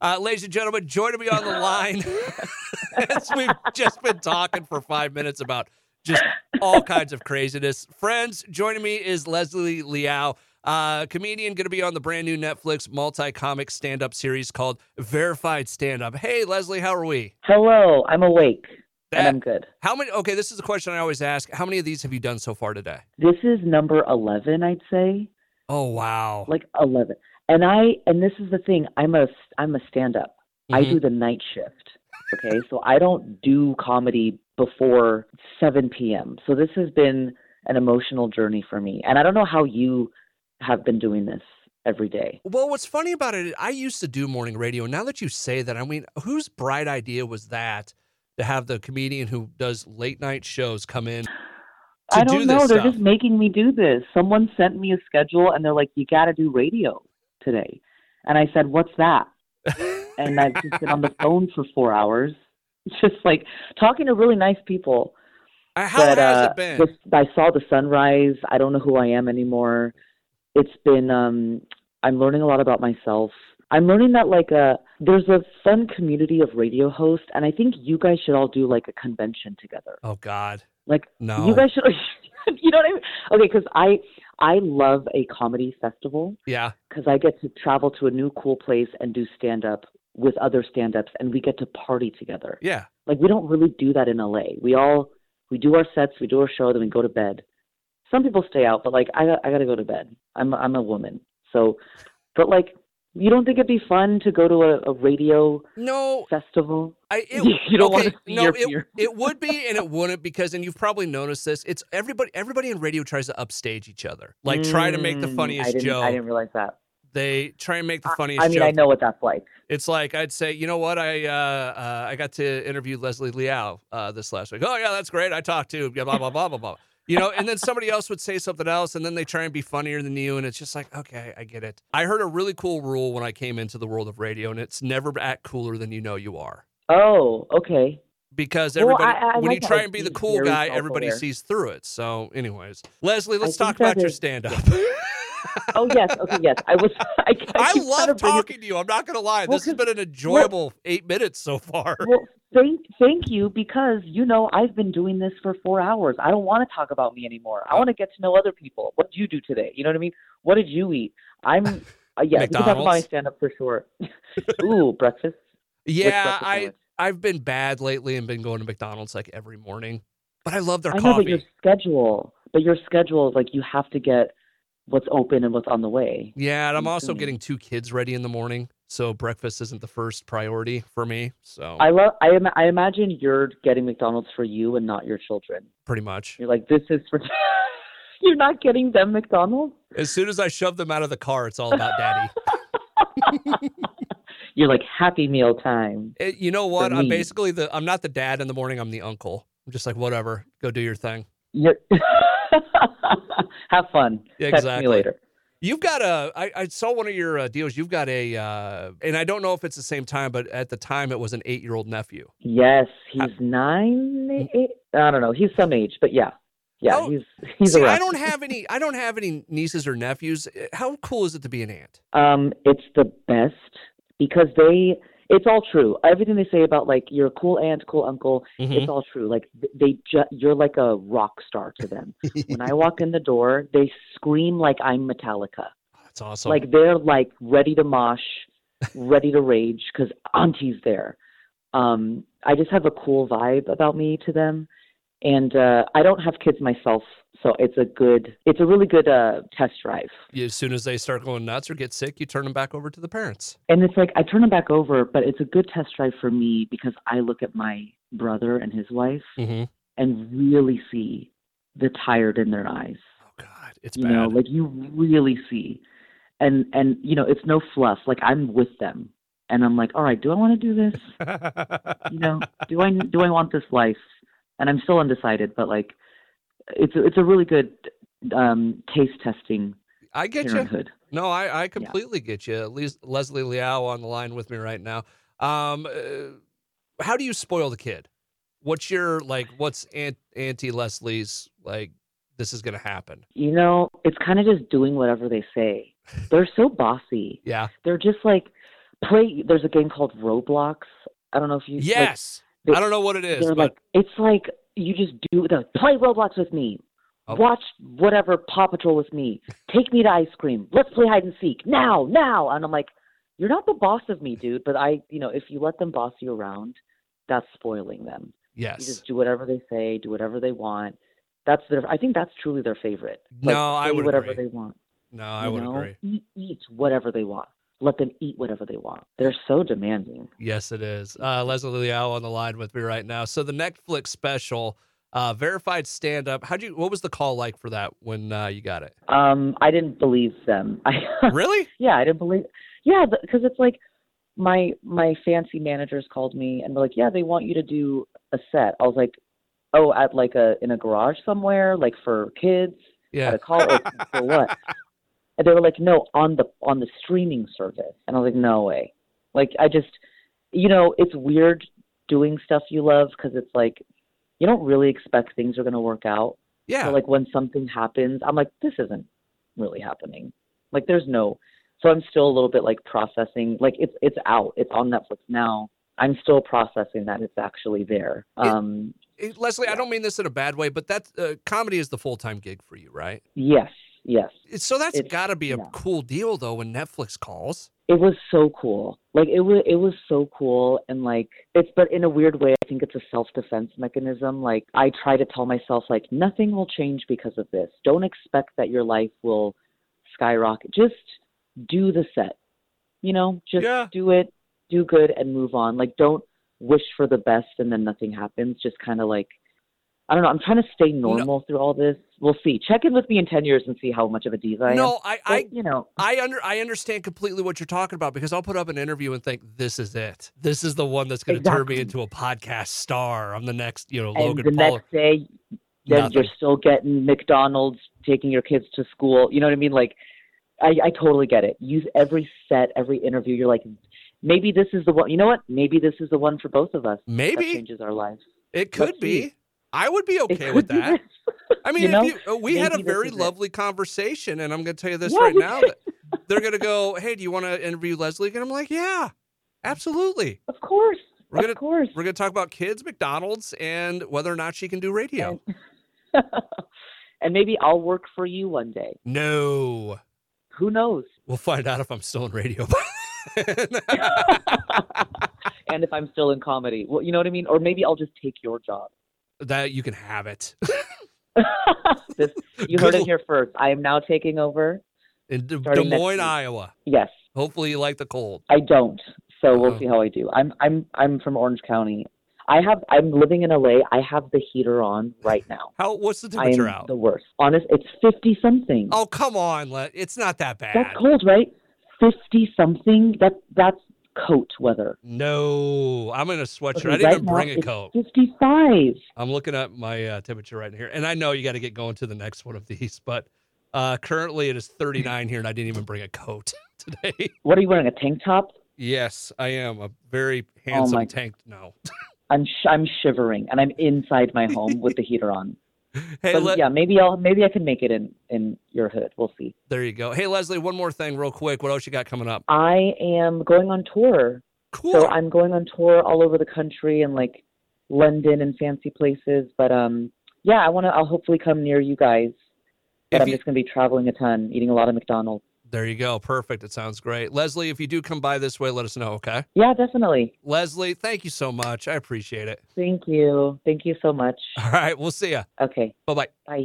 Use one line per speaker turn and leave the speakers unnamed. Uh, ladies and gentlemen, joining me on the line as we've just been talking for five minutes about just all kinds of craziness. Friends, joining me is Leslie Liao, uh, comedian, going to be on the brand new Netflix multi comic stand up series called Verified Stand Up. Hey, Leslie, how are we?
Hello, I'm awake and
That-
I'm good.
How many? Okay, this is a question I always ask. How many of these have you done so far today?
This is number 11, I'd say,
Oh, wow.
like 11. And I and this is the thing, I'm a I'm a stand up. I
Mhm.
do the night shift. Okay? so I don't do comedy before 7 p.m. So this has been an emotional journey for me. And I don't know how you have been doing this every day.
Well, what's funny about it, I used to do morning radio. Now that you say that, I mean, whose bright idea was that to have the comedian who does late night shows come in? To
I don't
do
know.
this
They're
stuff.
just making me do this. Someone sent me a schedule and they're like, "You got to do radio today," and I said, "What's that?"
Uh,
And I've just been on the phone for four hours, just like talking to really nice people.
Uh, How has
but, uh,
it been?
this- I saw the sunrise. I don't know who I am anymore. It's been. um I'm learning a lot about myself. I'm learning that like a there's a fun community of radio hosts, and I think you guys should all do like a convention together.
Oh, God.
Like
No.
you guys should. you know what I mean? Okay, because I I love a comedy festival
yeah.
because I get to travel to a new cool place and do stand up with other stand ups, and we get to party together.
Yeah.
Like we don't really do that in LA. We all we do our sets, we do our show, then we go to bed. Some people stay out, but like I got- I gotta go to bed. I'm I'm a woman, so but like you don't think it'd be fun to go to a, a radio
No.
festival?
I, it,
you don't want
okay,
to see
no,
your
it,
peer.
it would be and it wouldn't because and you've probably noticed this it's everybody everybody in radio tries to upstage each other like try to make the
Mm,
funniest
I didn't,
joke
I didn't realize that.
they try and make the
I-
funniest
I mean,
joke
I know what that's like.
It's like I'd say, you know what? I uh, uh, I got to interview Leslie Liao uh, this last week. Oh yeah, that's great. I talked to yeah, blah blah blah blah blah. You know, and then somebody else would say something else, and then they try and be funnier than you, and it's just like, okay, I get it. I heard a really cool rule when I came into the world of radio, and it's never act cooler than you know you are,
Oh, okay.
because
Well,
everybody
I- I
when you
like that
try
it's
and be the
being
cool
very
guy, everybody
self-aware.
sees through it. So, anyways, Leslie, let's
think
talk about
that
your
is-
stand up.
Oh yes. Okay. Yes. I was. I, I,
I
keep trying to
love
bring it-
talking to you. I'm not gonna lie.
Well,
This has
'cause-
been an enjoyable eight minutes so far.
Well, thank thank you because you know I've been doing this for four hours. I don't want to talk about me anymore. I want to get to know other people. What did you do today? You know what I mean? What did you eat? I'm. Uh, yeah, we can talk about my
McDonald's.
stand up for sure. Ooh, breakfast. Which
Yeah,
breakfast
I
sandwich?
I've been bad lately and been going to McDonald's like every morning, but I love their
I know, but your
coffee.
schedule, but your schedule is like you have to get what's open and what's on the way.
Yeah, and I'm
I'm
also
assuming.
getting two kids ready in the morning, so breakfast isn't the first priority for me. So
I love. I am. I imagine you're getting McDonald's for you and not your children.
pretty much,
You're like, this is for. you're not getting them McDonald's.
as soon as I shove them out of the car, it's all about daddy.
You're like Happy Meal time.
Eh, you know what? I'm
me.
basically the I'm not the dad in the morning. I'm the uncle. I'm just like whatever, go do your thing.
You're... Have fun.
Yeah,
Text
exactly.
me later.
You've got a. I, I saw one of your uh, deals. You've got a, uh, and I don't know if it's the same time, but at the time it was an eight year old nephew.
Yes, he's nine. Eight, I don't know. He's some age, but yeah, yeah.
Oh,
he's he's
See,
around.
I don't have any. I don't have any nieces or nephews. Eh, How cool is it to be an aunt?
Um, it's the best because they. It's all true. Everything they say about like you're a cool aunt, cool uncle.
Mm-hmm.
It's all true. Like th- they, ju- you're like a rock star to them. when I walk in the door, they scream like I'm Metallica.
That's awesome.
Like they're like ready to mosh, ready to rage because Auntie's there. Um, I just have a cool vibe about me to them, and uh, I don't have kids myself, so it's a good, it's a really good uh, test drive.
You- as soon as they start going nuts or get sick, you turn them back over to the parents.
And it's like I turn them back over, but it's a good test drive for me because I look at my brother and his wife
Mm-hmm.
and really see the tired in their eyes.
Oh God, it's
you
bad.
know like you really see and and you know it's no fluff like i'm with them and i'm like all right do i want to do this you know do i do i want this life and i'm still undecided but like it's a, it's a really good um taste testing
I get you.
parenthood
No, I, I completely get you. At least Leslie Liao on the line with me right now. Um, uh, how do you spoil the kid? What's your like? What's Aunt Auntie Leslie's like? This is gonna happen.
you know it's kind of just doing whatever they say they're so bossy
Yeah.
they're just like play. There's a game called Roblox. I don't know if you. like,
Yes.
they-
I don't know what it is,
they're
but
like it's like you just do the play Roblox with me.
Oh.
Watch whatever Paw Patrol with me. Take me to ice cream. Let's play hide and seek now, now. And I'm like, you're not the boss of me, dude. But I, you know, if you let them boss you around, that's spoiling them. You
yes.
just do whatever they say, do whatever they want. That's their. I think that's truly their favorite. Like,
No, I
say
would
whatever
agree.
they want.
No, I
you
would
know?
agree.
Eat, eat whatever they want. Let them eat whatever they want. They're so demanding.
Yes, it is. Uh, Leslie Liao on the line with me right now. So the Netflix special, uh, verified stand up. How'd you? What was the call like for that when uh, you got it?
Um, I didn't believe them. I
Really?
yeah, I didn't believe. Yeah, because it's like my my fancy managers called me and were like, yeah, they want you to do a set. I was like, oh, at like a in a garage somewhere, like for kids at
Yeah.
a college for what? And they were like, no, on the on the streaming service. And I was like, no way. Like I just, you know, it's weird doing stuff you love because it's like you don't really expect things are going to work out.
Yeah.
So like when something happens, I'm like, this isn't really happening. Like there's no so I'm still a little bit like processing like it's it's out. It's on Netflix now. I'm still processing that it's actually there.
It-
Um
Eh, Leslie, I don't mean this in a bad way, but that uh, comedy is the full time gig for you, right?
yes, yes.
It's- So that's
It's-
got to be a
yeah.
cool deal, though, when Netflix calls.
It was so cool. Like it was it was so cool and like it's but in a weird way I think it's a self defense mechanism. Like I try to tell myself like nothing will change because of this. Don't expect that your life will skyrocket. Just do the set. You know, just
Yeah.
do it, do good and move on. Like don't wish for the best and then nothing happens. Just kind of like I don't know, I'm trying to stay normal through all this. We'll see. Check in with me in 10 years and see how much of a diva I am.
No, I,
But,
I
you know,
I under I understand completely what you're talking about because I'll put up an interview and think this is it. This is the one that's going to turn me
Exactly.
into a podcast star. I'm the next, you know,
and
Logan
the
Paul.
next day then
Nothing.
you're still getting McDonald's, taking your kids to school. You know what I mean? Like, I, I totally get it. Use every set, every interview. You're like, maybe this is the one. You know what? Maybe this is the one for both of us. that
Maybe
changes our lives.
it could
Let's
be.
see.
I would be
It
okay
could
with
be
that.
this.
I mean,
You know,
if you, uh, we had a
maybe this
very
is it.
lovely conversation, and I'm going to tell you this
Yeah,
right
we
now.
did.
that they're going to go, "Hey, do you want to interview Leslie?" And I'm like, "Yeah, absolutely.
Of course.
We're gonna-
of course.
We're going to talk about kids, McDonald's, and whether or not she can do radio."
and maybe I'll work for you one day.
No,
Who knows?
we'll find out if I'm still in radio.
And if I'm still in comedy, well, you know what I mean? Or maybe I'll just take your job.
that you can have it.
this, you heard
Good
it
l-
here first. I am now taking over.
in De, Des
Starting next
Moines,
week.
Iowa.
Yes,
Hopefully, you like the cold.
I don't. So
Oh.
we'll see how I do. I'm I'm I'm from Orange County. I have I'm living in LA. I have the heater on right now.
How? What's the
I am
temperature out?
the worst. Honest, it's fifty something.
Oh, come on, Le- it's not that bad.
that's cold, right? Fifty something. That that's coat weather.
No, I'm in a sweatshirt.
Okay,
I didn't
right
even bring
now,
a coat.
It's fifty five.
I'm looking at my uh, temperature right here, and I know you got to get going to the next one of these, but uh, currently it is 39 here, and I didn't even bring a coat today.
What are you wearing? A tank top?
yes, I am a very handsome
Oh my-
tank. No,
I'm sh- I'm shivering and I'm inside my home with the heater on.
hey,
but
Le-
yeah, maybe I'll maybe I can make it in in your hood. We'll see.
there you go. Hey, Leslie, one more thing, real quick. What else you got coming up?
I am going on tour
Cool.
So I'm going on tour all over the country and like London and fancy places. But um, yeah, I want to. I'll hopefully come near you guys. But
If
I'm
you-
just gonna be traveling a ton, eating a lot of McDonald's.
There you go. Perfect. It sounds great. Leslie, if you do come by this way, let us know, okay?
Yeah, definitely.
Leslie, thank you so much. I appreciate it.
Thank you. Thank you so much.
All right. We'll see ya.
Okay.
Bye bye.
Bye.